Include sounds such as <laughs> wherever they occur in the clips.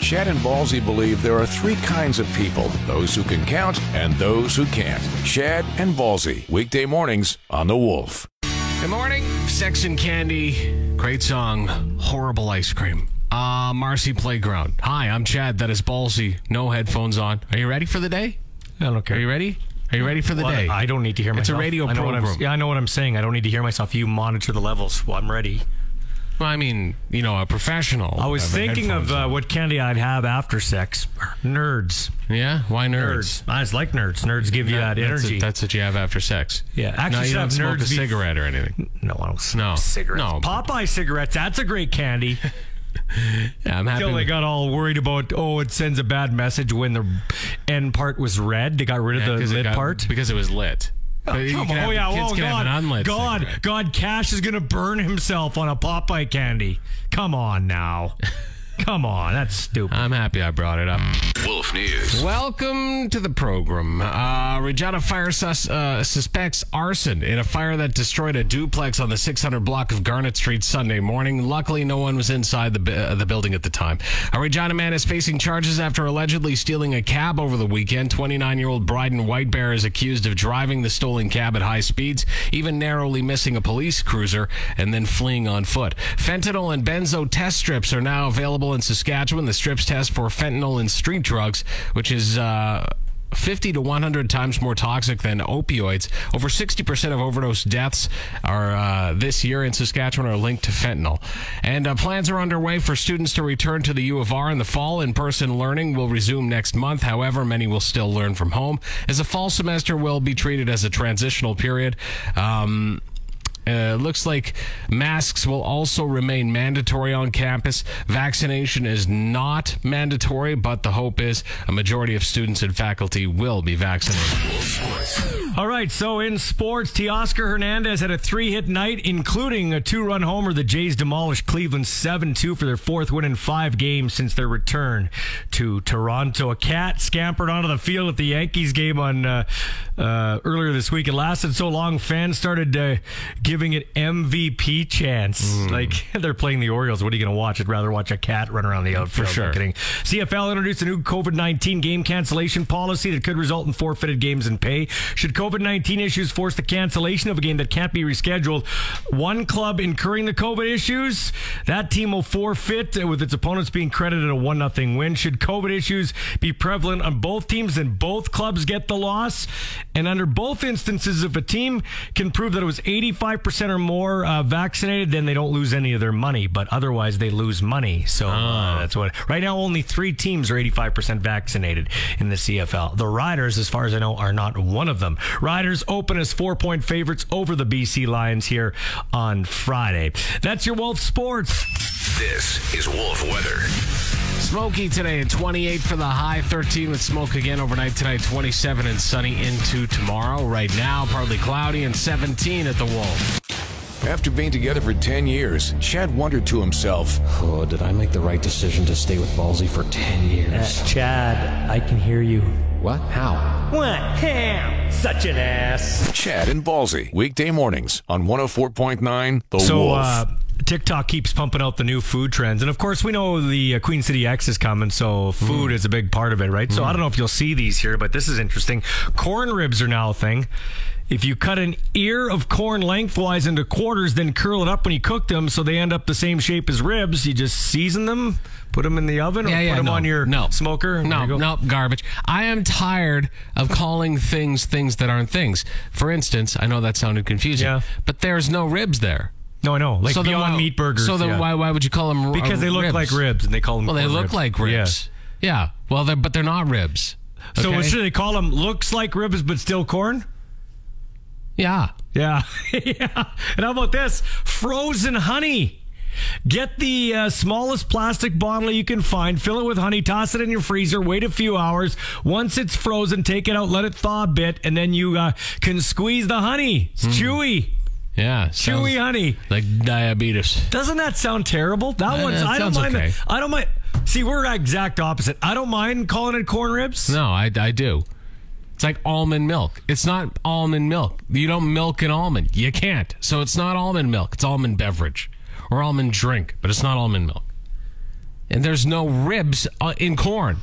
Chad and Ballsy believe there are three kinds of people those who can count and those who can't. Chad and Ballsy, weekday mornings on The Wolf. Good morning. Sex and Candy. Great song. Horrible ice cream. Uh, Marcy Playground. Hi, I'm Chad. That is Ballsy. No headphones on. Are you ready for the day? I don't care. Are you ready? Are you ready for the Well, day? I don't need to hear It's a myself. radio I know what I'm- program. yeah, I know what I'm saying. I don't need to hear myself. You monitor the levels. Well, I'm ready. Well, I mean, you know, a professional. I was Have thinking of headphones uh, what candy I'd have after sex. Nerds. on. yeah. Why nerds? Nerds. I just like nerds. Nerds give you that That's- energy. That's, what you have after sex. Yeah. no, Actually, should you don't have smoke nerds a be- cigarette or anything. no, I don't No. smoke cigarettes. No. Popeye cigarettes. That's a great <laughs> candy. Yeah, I'm happy. Until they with- got all worried about, oh, it sends a bad message when the end part was red. They got rid of yeah, the 'cause it lid got- part. because it was lit. Oh, But you come can on. have- oh yeah, kids oh can have God, an unlit God, cigarette. God, Cash is gonna burn himself on a Popeye candy. Come on <laughs> now, come on, that's stupid. I'm happy I brought it up. Wolf News. Welcome to the program. Uh, Regina Fire sus- uh, suspects arson in a fire that destroyed a duplex on the 600 block of Garnet Street Sunday morning. Luckily, no one was inside the, bu- uh, the building at the time. A Regina man is facing charges after allegedly stealing a cab over the weekend. 29 year old Bryden Whitebear is accused of driving the stolen cab at high speeds, even narrowly missing a police cruiser, and then fleeing on foot. Fentanyl and benzo test strips are now available in Saskatchewan. The strips test for fentanyl in street drugs, which is. Uh, 50 to 100 times more toxic than opioids. Over 60% of overdose deaths are uh, this year in Saskatchewan are linked to fentanyl. And uh, plans are underway for students to return to the U of R in the fall. In-person learning will resume next month. However, many will still learn from home, as the fall semester will be treated as a transitional period. Um, uh, looks like masks will also remain mandatory on campus. Vaccination is not mandatory, but the hope is a majority of students and faculty will be vaccinated. All right, so in sports, Teoscar Hernandez had a three-hit night, including a two-run homer. The Jays demolished Cleveland 7-2 for their fourth win in five games since their return to Toronto. A cat scampered onto the field at the Yankees game on uh, uh, earlier this week. It lasted so long, fans started uh, giving it MVP chance. Like <laughs> they're playing the Orioles. What are you going to watch? I'd rather watch a cat run around the outfield. For sure. No kidding. CFL introduced a new COVID 19 game cancellation policy that could result in forfeited games and pay. Should COVID 19 issues force the cancellation of a game that can't be rescheduled, one club incurring the COVID issues, that team will forfeit, uh, with its opponents being credited a 1 0 win. Should COVID issues be prevalent on both teams, then both clubs get the loss. And under both instances, if a team can prove that it was 85% or more uh, vaccinated, then they don't lose any of their money, but otherwise they lose money. So uh, that's what. Right now, only three teams are 85% vaccinated in the CFL. The Riders, as far as I know, are not one of them. Riders open as four point favorites over the BC Lions here on Friday. That's your Wolf Sports. This is Wolf Weather. Smoky today at 28 for the high, 13 with smoke again overnight tonight, 27 and sunny into tomorrow. Right now, partly cloudy and 17 at the Wolf. After being together for 10 years, Chad wondered to himself, Oh, did I make the right decision to stay with Ballsy for 10 years? Chad, I can hear you. What? How? What? Ham! Such an ass. Chad and Ballsy, weekday mornings on 104.9 The So Wolf. uh, TikTok keeps pumping out the new food trends, and of course we know the uh, Queen City X is coming, so food is a big part of it, right? So I don't know if you'll see these here, but this is interesting. Corn ribs are now a thing. If you cut an ear of corn lengthwise into quarters, then curl it up when you cook them, so they end up the same shape as ribs. You just season them, put them in the oven, or put them no, on your no. smoker. and No, there you go. no, garbage. I am tired of calling things things that aren't things. For instance, I know that sounded confusing, Yeah. but there's no ribs there. no, I know. Like then Beyond why- Meat burgers. So then yeah. why why would you call them r- Because they look ribs? like ribs, and they call them. Well, they corn look ribs. like Yeah. ribs. Yeah. Well, they're but they're not ribs. So Okay? what should they call them? Looks like ribs, but still corn. yeah. <laughs> Yeah, yeah. And how about this? Frozen honey. Get the uh, smallest plastic bottle you can find, fill it with honey, toss it in your freezer, wait a few hours. Once it's frozen, take it out, let it thaw a bit, and then you uh, can squeeze the honey. It's chewy, Yeah. chewy Hmm. sounds honey. Like diabetes. Doesn't that sound terrible? That Uh, one's. it I don't sounds mind. okay. I don't mind. See, we're exact opposite. I don't mind calling it corn ribs. No, I, I do. It's like almond milk. It's not almond milk. You don't milk an almond. You can't. So it's not almond milk. It's almond beverage or almond drink, but it's not almond milk. And there's no ribs uh, in corn.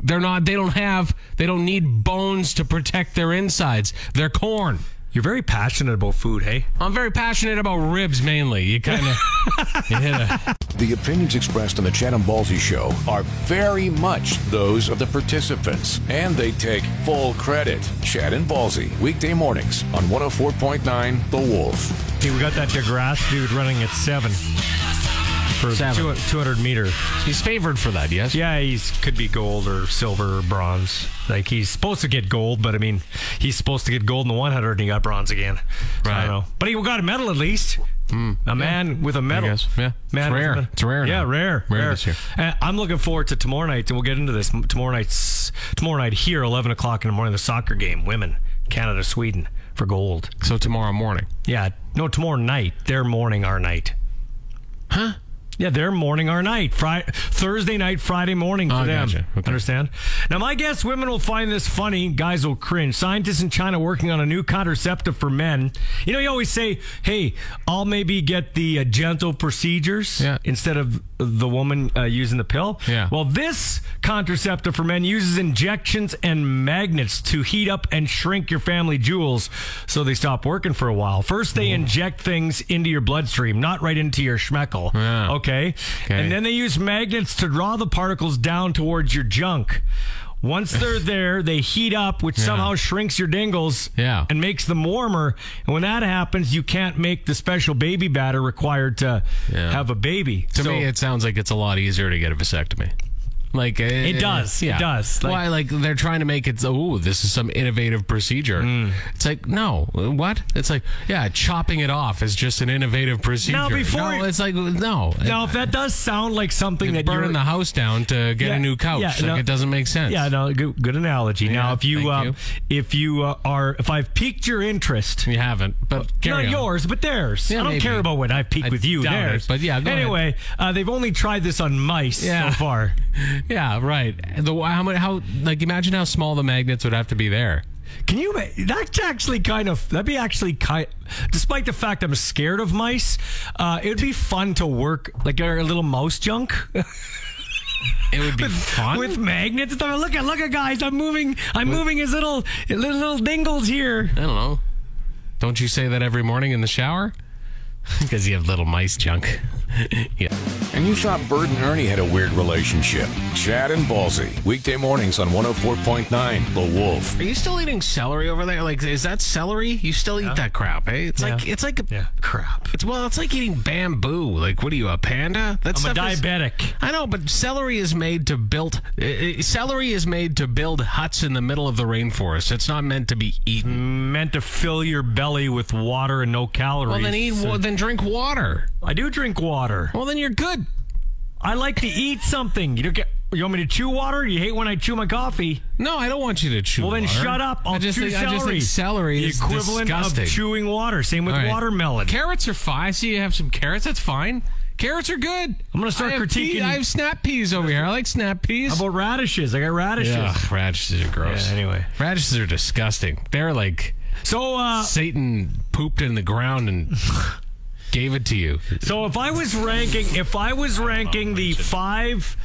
They're not. They don't have. They don't need bones to protect their insides. They're corn. You're very passionate about food, hey? I'm very passionate about ribs mainly. You kind <laughs> of you hit a The opinions expressed on the Chad and Ballsy show are very much those of the participants, and they take full credit. Chad and Ballsy, weekday mornings on 104.9 The Wolf. See, we got that DeGrasse dude running at seven for Seven. two- 200 meter. He's favored for that. Yes. Yeah, he's could be gold or silver or bronze. Like he's supposed to get gold, but I mean, he's supposed to get gold in the 100, and he got bronze again. So I Right. Hmm. don't know, but he got a medal at least. a man with a medal. guess. Yeah. man It's with a rare. medal. It's rare now. Yeah, rare. Rare this year. Uh, I'm looking forward to tomorrow night, and we'll get into this M- tomorrow night's tomorrow night here, 11 o'clock in the morning, the soccer game, women, Canada, Sweden for gold. So tomorrow morning. Yeah, no, tomorrow night. They're morning our night. Huh? Yeah, they're morning our night. Friday, Thursday night, Friday morning for Oh, them. gotcha. Okay. Understand? Now, my guess women will find this funny. Guys will cringe. Scientists in China working on a new contraceptive for men. You know, you always say, "Hey, I'll maybe get the uh, gentle procedures Yeah. instead of the woman uh, using the pill." Yeah. Well, this contraceptive for men uses injections and magnets to heat up and shrink your family jewels so they stop working for a while. First, they Mm. inject things into your bloodstream, not right into your schmeckle. Yeah. Okay? Okay. And then they use magnets to draw the particles down towards your junk. Once <laughs> they're there, they heat up, which somehow shrinks your dingles Yeah. and makes them warmer. And when that happens, you can't make the special baby batter required to Yeah. have a baby. To So- me, it sounds like it's a lot easier to get a vasectomy. Like it, does. It does. Like- Why? Like they're trying to make it. Oh, this is some innovative procedure. Mm. It's like no. What? It's like yeah, chopping it off is just an innovative procedure. Now, before- no, it's like no. Now, if that does sound like something that you're burning the house down to get Yeah, a new couch. yeah, like no- it doesn't make sense. yeah, no, good, good analogy. now, Yeah, if you, thank uh, you. if you uh, are, if I've piqued your interest, You haven't, but not carry on. yours, but theirs. Yeah, I don't maybe. care about what I've piqued I with you. doubt it, Theirs, but yeah, go ahead. anyway, Uh, they've only tried this on mice Yeah. so far. Yeah, right. The how many? How like imagine how small the magnets would have to be there. Can you? ma- That's actually kind of. That'd be actually kind. Despite the fact I'm scared of mice, uh, it'd be fun to work like a little mouse junk It would be fun. with magnets. and stuff. Look at, look at, guys! I'm moving. I'm moving his little, little, little dingles here. I don't know. Don't you say that every morning in the shower? <laughs> Because you have little mice junk. yeah. And you thought Bird and Ernie had a weird relationship. Chad and Ballsy, weekday mornings on 104.9 The Wolf. Are you still eating celery over there? Like, is that celery? You still eat that crap, eh? It's like it's like Yeah, crap. it's well, it's like eating bamboo. Like, what are you, a panda? That's I'm a diabetic. I know, but celery is made to build. Uh, uh, celery is made to build huts in the middle of the rainforest. It's not meant to be eaten. meant to fill your belly with water and no calories. Well, then eat. wa- then drink water. I do drink water. Well, then you're good. I like to eat something. You don't get. You want me to chew water? You hate when I chew my coffee. No, I don't want you to chew. Well, then water. shut up. I'll I just chew think, celery. I just think celery the is equivalent disgusting. of chewing water. Same with All right. watermelon. Carrots are fine. I see you have some carrots. That's fine. Carrots are good. I'm gonna start I have pea- critiquing- I have snap peas over here. I like snap peas. How about radishes? I got radishes. Ugh, radishes are gross. Yeah, anyway. radishes are disgusting. They're like So, uh, Satan pooped in the ground <laughs> and gave it to you. so if I was ranking, if I was ranking the five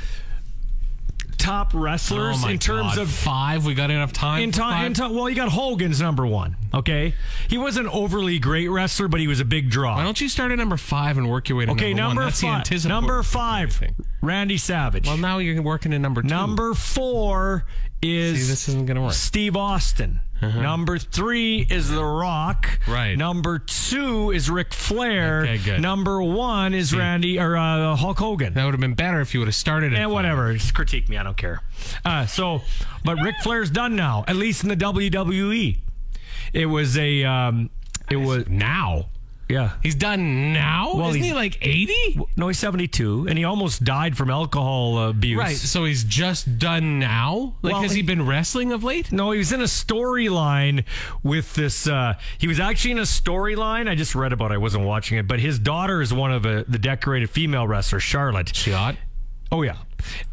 top wrestlers in terms Oh God. of five, we got enough time. In for time, five? in time, well, you got Hogan's number one. Okay, he was an overly great wrestler, but he was a big draw. Why don't you start at number five and work your way to okay, number, number one? That's the five. anticipatory number five, thing. Randy Savage. Well, now you're working in number two. number four is See, this isn't gonna work. Uh-huh. Steve Austin. Number three is The Rock. Right. Number two is Ric Flair. Okay, good. Number one is Randy or uh, Hulk Hogan. That would have been better if you would have started at And five. Eh, whatever, just critique me. I don't care. Uh, so, but Ric Flair's done now, E. at least in the WWE. It was a, um, it was Now. Yeah. He's done now? Well, Isn't he's- he like 80? No, he's 72, and he almost died from alcohol abuse. Right. So he's just done now? Like, Well, has he he- been wrestling of late? No, he was in a storyline with this. Uh, he was actually in a storyline. I just read about. it. I wasn't watching it, but his daughter is one of uh the decorated female wrestlers, Charlotte. She ought. Oh yeah,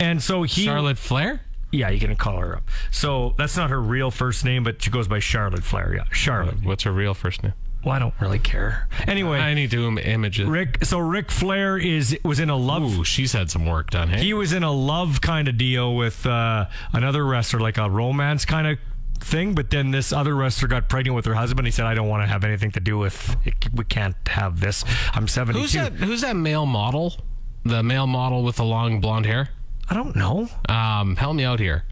and so he. Charlotte Flair? Yeah, you can call her up. So that's not her real first name, but she goes by Charlotte Flair. Yeah, Charlotte. What's her real first name? Well, I don't really care. Anyway, I need to um- im- image it. Rick. So Rick Flair is was in a love. Ooh, she's had some work done, hey? He was in a love kind of deal with uh, another wrestler, like a romance kind of thing. But then this other wrestler got pregnant with her husband. He said, "I don't want to have anything to do with. It. We can't have this. I'm 72. who's that who's that male model? The male model with the long blonde hair? I don't know. Um, help me out here.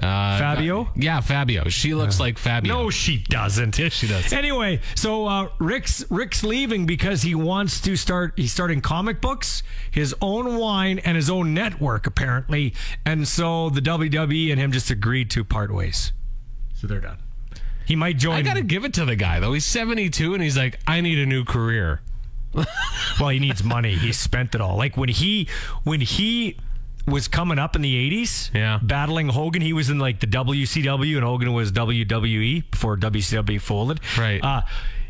Uh, Fabio? Yeah, Fabio. She looks like Fabio. No, she doesn't. Yes, she does. Anyway, so uh, Rick's Rick's leaving because he wants to start. He's starting comic books, his own wine, and his own network apparently. And so the WWE and him just agreed to part ways. So they're done. He might join. I gotta give it to the guy though. He's 72 and he's like, I need a new career. Well, he needs money. He spent it all. Like when he when he was coming up in the 80s, Yeah. battling Hogan, he was in like the WCW and Hogan was WWE before WCW folded. Right. Uh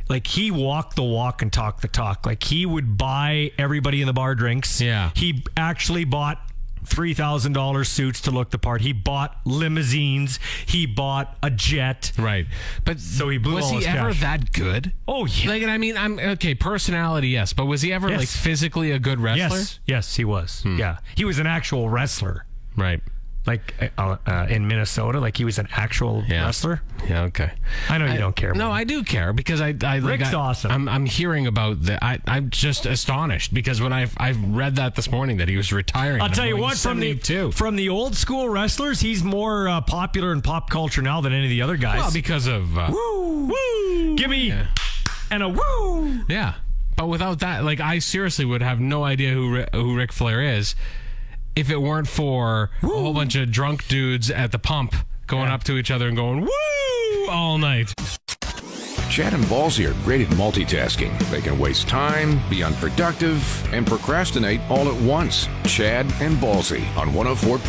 like he walked the walk and talked the talk. Like he would buy everybody in the bar drinks. Yeah. He actually bought three thousand dollar suits to look the part. He bought limousines. He bought a jet. Right. But so he blew was all he his ever cash. that good? Oh yeah. Like, and I mean, I'm okay. Personality, yes, but was he ever Yes. like physically a good wrestler? yes. Yes, he was. Hmm. Yeah. He was an actual wrestler. Right. like uh, uh, in Minnesota, like he was an actual Yeah. wrestler. Yeah. Okay. I know you don't care. No, man. I do care because I. I like, Rick's I, awesome. I'm, I'm hearing about that. I, I'm just astonished because when I I read that this morning that he was retiring. I'll I'm tell you going, what, he's from the 72. from the old school wrestlers, he's more uh, popular in pop culture now than any of the other guys. well, because of uh, woo, woo, give me and a woo. yeah. But without that, like I seriously would have no idea who Ri- who Ric Flair is if it weren't for a whole bunch of drunk dudes at the pump going up to each other and going woo all night. Chad and Ballsy are great at multitasking. They can waste time, be unproductive, and procrastinate all at once. Chad and Ballsy on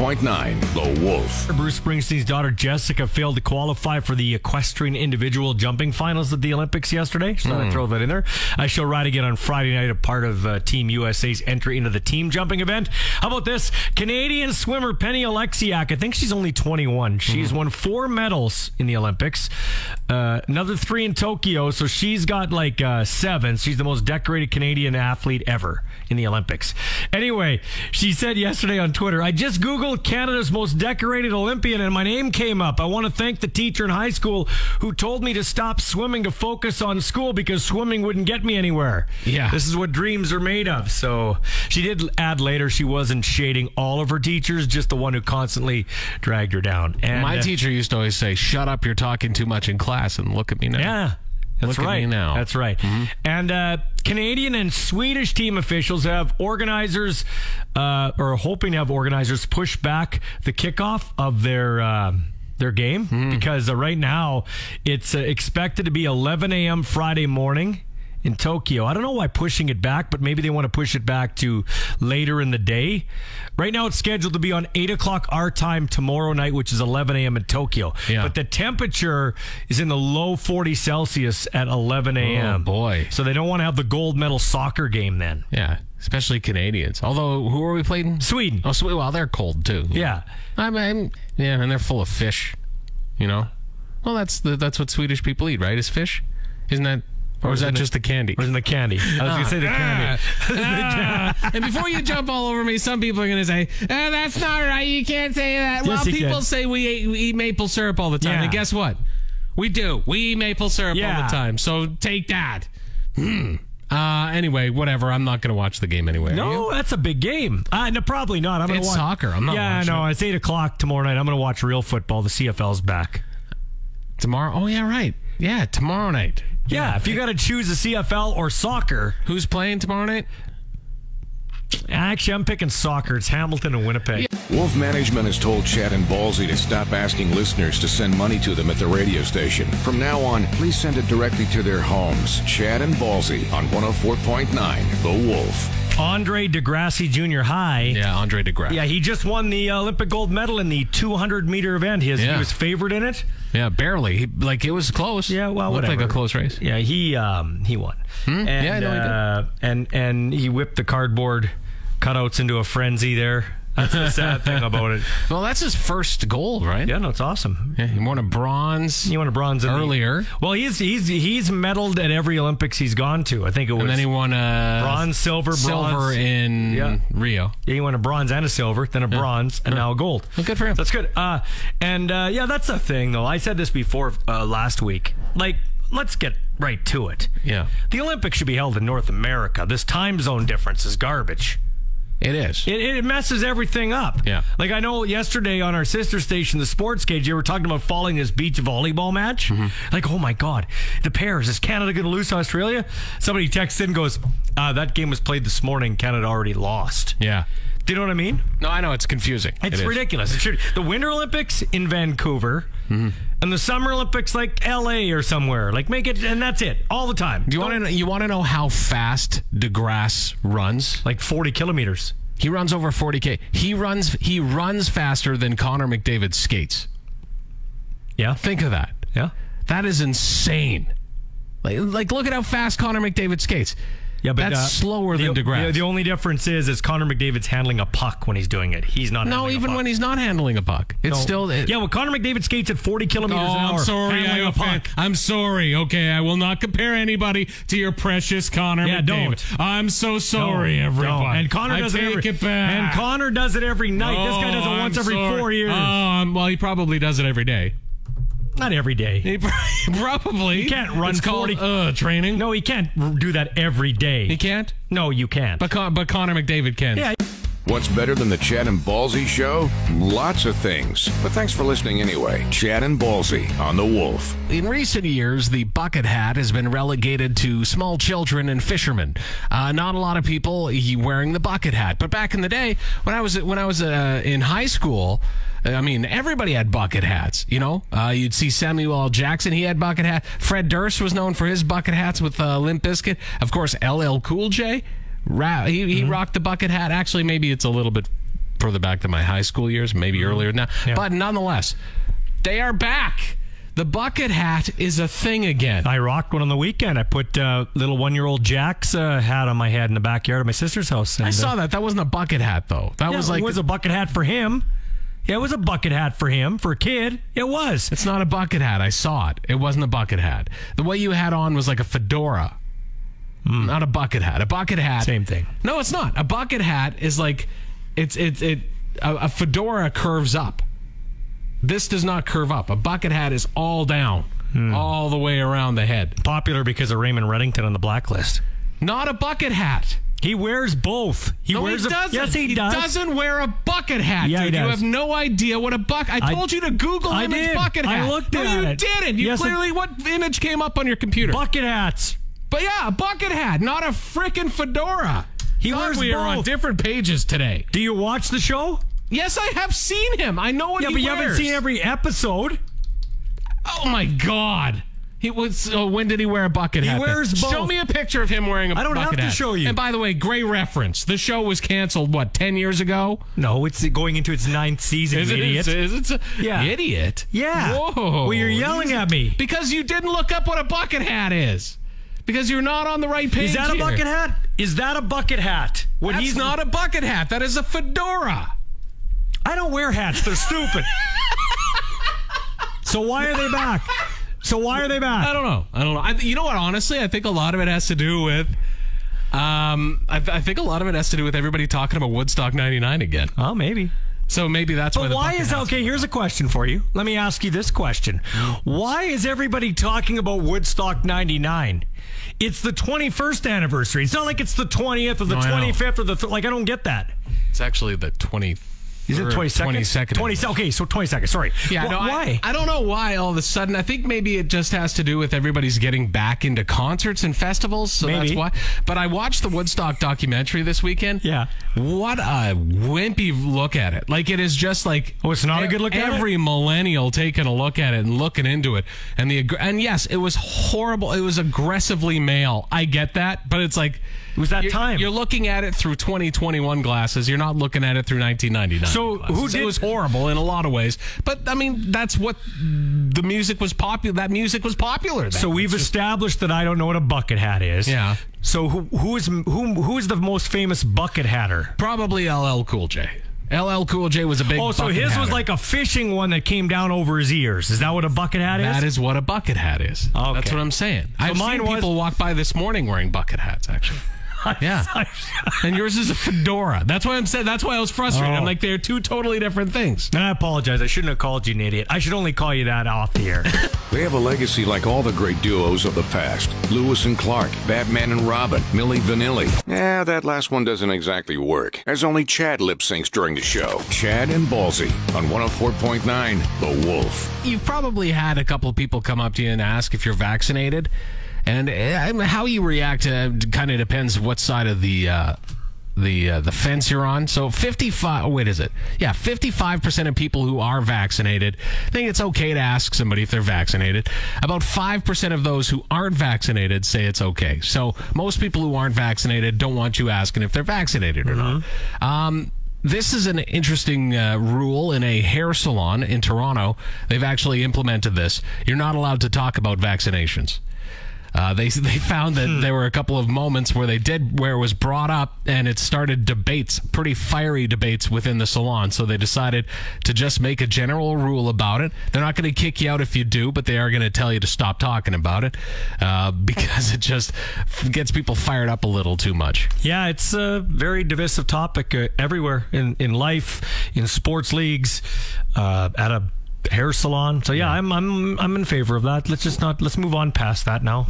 104.9 The Wolf. Bruce Springsteen's daughter Jessica failed to qualify for the equestrian individual jumping finals at the Olympics yesterday. Just thought I'd throw that in there. Uh, she'll ride again on Friday night, a part of uh, Team USA's entry into the team jumping event. How about this? Canadian swimmer Penny Alexiak. I think she's only 21. She's won four medals in the Olympics, uh, another three in Tokyo. So she's got like uh, seven. She's the most decorated Canadian athlete ever in the Olympics. Anyway, she said yesterday on Twitter, I just Googled Canada's most decorated Olympian and my name came up. I want to thank the teacher in high school who told me to stop swimming to focus on school because swimming wouldn't get me anywhere. Yeah. This is what dreams are made of. So she did add later she wasn't shading all of her teachers, just the one who constantly dragged her down. And My uh, teacher used to always say, "Shut up! You're talking too much in class." And look at me now. Yeah. That's Look at right. me now. That's right. And uh, Canadian and Swedish team officials have organizers, uh, or are hoping to have organizers push back the kickoff of their. um their game because uh, right now it's uh, expected to be 11 a.m. Friday morning in Tokyo. I don't know why pushing it back, but maybe they want to push it back to later in the day. Right now, it's scheduled to be on 8 o'clock our time tomorrow night, which is 11 a.m. in Tokyo. Yeah. But the temperature is in the low 40 Celsius at 11 a.m. Oh, boy. So they don't want to have the gold medal soccer game then. Yeah, especially Canadians. Although, who are we playing? Sweden. Oh, Sweden. Well, they're cold too. Yeah. I mean, yeah, and they're full of fish. You know. Well, that's the, that's what Swedish people eat, right? Is fish? Isn't that? Or, is that isn't just the candy? Where's in the candy? I was going to say <laughs> the candy. Ah, and before you jump all over me, some people are going to say, "Ah, "That's not right. You can't say that." well, you people can. say we eat, we eat maple syrup all the time, Yeah. and guess what? We do. We eat maple syrup all Yeah. the time. So take that. Hmm. Uh, anyway, whatever. I'm not going to watch the game anyway. are you? No, that's a big game. Uh, no, probably not. I'm gonna It's watch. soccer. I'm not Yeah, watching no, it's eight o'clock tomorrow night. I'm going to watch real football. The CFL's back. tomorrow. Oh yeah, right. Yeah, tomorrow night. Yeah, if you got to choose the CFL or soccer, Who's playing tomorrow night? Actually, I'm picking soccer. It's Hamilton and Winnipeg. Wolf Management has told Chad and Ballsy to stop asking listeners to send money to them at the radio station. From now on, please send it directly to their homes. Chad and Ballsy on 104.9 The Wolf. Andre DeGrassi Junior High. Yeah, Andre DeGrasse. Yeah, Yeah, he just won the Olympic gold medal in the 200 meter event. His, He Yeah. was favored in it. barely. He, like it was close. Yeah, well, looked like whatever. a close race. Hmm? Yeah, he um, he won. And, Yeah, I know he did. uh, and and he whipped the cardboard cutouts into a frenzy there. That's <laughs> the sad thing about it. Well, that's his first goal, right? Yeah, no, it's awesome. Yeah, he won a bronze, He won a bronze in the- Earlier. well, he's he's he's medaled at every Olympics he's gone to. I think it was and then he won a bronze, silver, silver bronze. in Yeah. Rio. Yeah, he won a bronze and a silver, then a bronze, and now a gold. Well, good for him. That's good. Uh, and uh, yeah, that's the thing, though. I said this before uh, last week. Like, let's get right to it. Yeah, The Olympics should be held in North America. This time zone difference is garbage. it is. It, it messes everything up. Yeah. Like I know yesterday on our sister station, the Sports Cage, you were talking about following this beach volleyball match. Mm-hmm. Like, oh my God, the pairs. Is Canada going to lose to Australia? Somebody texts in and goes, uh, that game was played this morning. Canada already lost. yeah. Do you know what I mean? No, I know it's confusing. It It's is. ridiculous. It should, the Winter Olympics in Vancouver Mm-hmm. and the Summer Olympics like LA or somewhere. Like make it, and that's it all the time. Do you want to know, you want to know how fast DeGrasse runs? like 40 kilometers? He runs over 40k. He runs he runs faster than Connor McDavid skates. Yeah. Think of that. Yeah. That is insane. Like, like look at how fast Connor McDavid skates. Yeah, but That's uh, slower the, than DeGrasse. The, the only difference is is Connor McDavid's handling a puck when he's doing it. He's not. no, handling a even puck. when he's not handling a puck, it's No. still it, Oh, yeah, well, Connor McDavid skates at 40 kilometers Oh, an hour. handling a puck. I'm sorry. Okay, I will not compare anybody to your precious Connor. Yeah, McDavid. don't. I'm so No, sorry, no. everyone. And Connor I does take it every. it back. And Connor does it every night. this guy does it Oh, once I'm every sorry. four years. Oh, um, well, he probably does it every day. not every day. <laughs> He pr- probably. You can't run It's 40 called uh, training. No, he can't r- do that every day. he can't. No, you can't. But, Con- but Connor McDavid can. Yeah. What's better than the Chad and Ballsy show? Lots of things. But thanks for listening anyway. Chad and Ballsy on The Wolf. In recent years, the bucket hat has been relegated to small children and fishermen. Uh, not a lot of people y- wearing the bucket hat, but back in the day, when I was when I was uh, in high school, uh, I mean everybody had bucket hats. You know, uh, you'd see Samuel L. Jackson; he had bucket hat. Fred Durst was known for his bucket hats with uh, Limp Bizkit. Of course, LL Cool J, ra- he, he rocked the bucket hat. Actually, maybe it's a little bit further back than my high school years, maybe earlier now, but nonetheless, they are back. The bucket hat is a thing again. I rocked one on the weekend. I put uh, little one year old Jack's uh, hat on my head in the backyard of my sister's house. And, I uh, saw that. That wasn't a bucket hat though. That Yeah, was like it was a bucket hat for him. Yeah, it was a bucket hat for him, for a kid. It was. it's not a bucket hat. I saw it. It wasn't a bucket hat. The way you had on was like a fedora. Not a bucket hat. A bucket hat. Hmm. Same thing. No, it's not. A bucket hat is like it's it's it a, a fedora curves up. This does not curve up. A bucket hat is all down. Hmm. All the way around the head. Popular because of Raymond Reddington on the blacklist. Not a bucket hat. He wears both. He No, wears Oh, he a- doesn't. Yes, he, does. not wear a bucket hat, Yeah, he dude. You does. have no idea what a buck. I I- told you to Google I image did. bucket I hat. looked no, at you it. didn't. You Yes, it- clearly what image came up on your computer? Bucket hats. but yeah, a bucket hat, not a freaking fedora. He God, wears we are on both. different pages today. Do you watch the show? Yes, I have seen him. I know what Yeah, he but wears. you haven't seen every episode. Oh my god. He was. Oh, when did he wear a bucket hat? then? wears both. Show me a picture of him wearing a I bucket don't have to hat. show you. And by the way, gray reference. The show was canceled. What ten years ago? No, it's going into its ninth season, Is you it- idiot. Is it, is it- Yeah. Idiot. Yeah. Whoa. Well, you're yelling at me. Because you didn't look up what a bucket hat is. Because you're not on the right page. Is that a here. bucket hat? Is that a bucket hat? When That's he's not a bucket hat. That is a fedora. I don't wear hats. They're stupid. so why are they back? So why are they I back? don't know. I don't know. I, th- you know what? Honestly, I think a lot of it has to do with. Um, I, th- I think a lot of it has to do with everybody talking about Woodstock '99 again. Oh, maybe. So maybe that's why. But the why bucket is hat's- okay? Here's a question for you. Let me ask you this question: Why is everybody talking about Woodstock '99? It's the 21st anniversary. It's not like it's the 20th or the No, I know. 25th or the th- like. I don't get that. It's actually the 23rd. Is it Or 20 seconds? 22nd. 20 se- Okay, so 20 seconds. Sorry. Yeah, Wh- no, I- why? I, don't know why all of a sudden. I think maybe it just has to do with everybody's getting back into concerts and festivals, so that's Maybe. why. But I watched the Woodstock documentary this weekend. Yeah. What a wimpy look at it. Like it is just like Oh, it's not a good look at it? Every millennial taking a look at it and looking into it. And the aggr- and yes, it was horrible. It was aggressively male. I get that, but it's like It was that you're- time. You're looking at it through 2021 glasses. You're not looking at it through 1999. So glasses. who did- it was horrible in a lot of ways. But I mean, that's what the music was popular. That music was popular. Then. so we've established that I don't know what a bucket hat is. Yeah. So who who is who who is the most famous bucket hatter? probably LL Cool J. LL Cool J was a big. Oh, so bucket his was hatter. like a fishing one that came down over his ears. Is that what a bucket hat That is? is what a bucket hat is. Okay. That's what I'm saying. I've mine seen was- people walk by this morning wearing bucket hats, <laughs> actually. Yeah. and yours is a fedora. That's why I'm saying. That's why I was frustrated. Oh. I'm like, they're two totally different things. And I apologize. I shouldn't have called you an idiot. I should only call you that off <laughs> the air. They have a legacy like all the great duos of the past Lewis and Clark, Batman and Robin, Millie Vanilli. Yeah, that last one doesn't exactly work, as only Chad lip syncs during the show. Chad and Ballsy on 104.9 The Wolf. You've probably had a couple of people come up to you and ask if you're vaccinated, and uh, how you react uh, kind of depends what side of the. Uh, the uh, the fence you're on. So 55. oh, Wait, is it? Yeah, 55 percent of people who are vaccinated think it's okay to ask somebody if they're vaccinated. About five percent of those who aren't vaccinated say it's okay. So most people who aren't vaccinated don't want you asking if they're vaccinated or not. Um, this is an interesting uh, rule in a hair salon in Toronto. They've actually implemented this. You're not allowed to talk about vaccinations. Uh, they <laughs> they found that there were a couple of moments where they did where it was brought up and it started debates, pretty fiery debates within the salon. So they decided to just make a general rule about it. They're not going to kick you out if you do, but they are going to tell you to stop talking about it uh, <laughs> because it just gets people fired up a little too much. yeah, it's a very divisive topic uh, everywhere in, in life, in sports leagues, uh, at a hair salon. So yeah, I'm I'm I'm in favor of that. Let's just not let's move on past that now.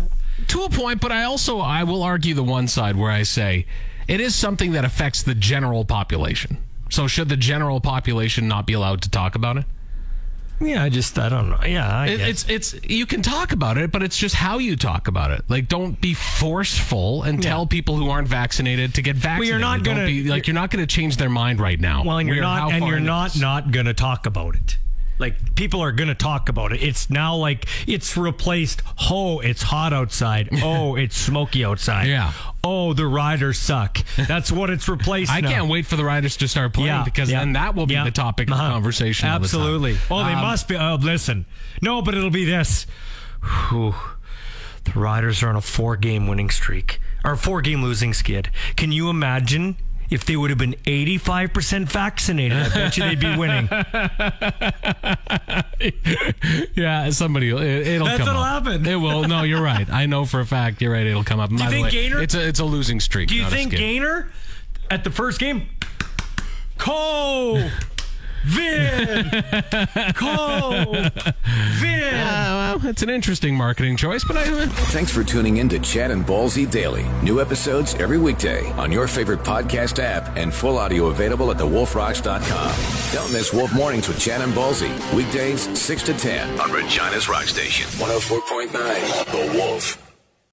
to a point but i also i will argue the one side where i say it is something that affects the general population so should the general population not be allowed to talk about it, Yeah, I just I don't know. Yeah, I it guess. it's it's you can talk about it but it's just how you talk about it like don't be forceful and tell people who aren't vaccinated to get vaccinated you're not Don't gonna- be, like you're not going to change their mind right now Well, and you're We're how not, and far you're into not this. not gonna talk about it. Like people are gonna talk about it. It's now like it's replaced. Oh, it's hot <laughs> outside. Oh, it's smoky outside. Yeah. Oh, the riders suck. That's what it's replaced. I now. can't wait for the writers to start playing Yeah, because yeah, then that will be yeah. the topic of Uh-huh. conversation. all the time. Absolutely. Oh, they Um, must be. Oh, listen. No, but it'll be this. Whew. The Riders are on a four-game winning streak or a four-game losing skid. Can you imagine? If they would have been 85% vaccinated, I bet you they'd be winning. yeah, somebody will- it, it'll That's come what'll up. happen. It will. No, you're right. I know for a fact. You're right. It'll come up. Do you think Gaynor- It's a it's a losing streak. Do you not a think skid. Gainer at the first game? COVID, COVID. Uh, well, it's an interesting marketing choice, but I. Thanks for tuning in to Chad and Ballsy Daily. New episodes every weekday on your favorite podcast app and full audio available at thewolfrocks.com. Don't miss Wolf Mornings with Chad and Ballsy. Weekdays 6 to 10 on Regina's Rock Station. 104.9 The Wolf.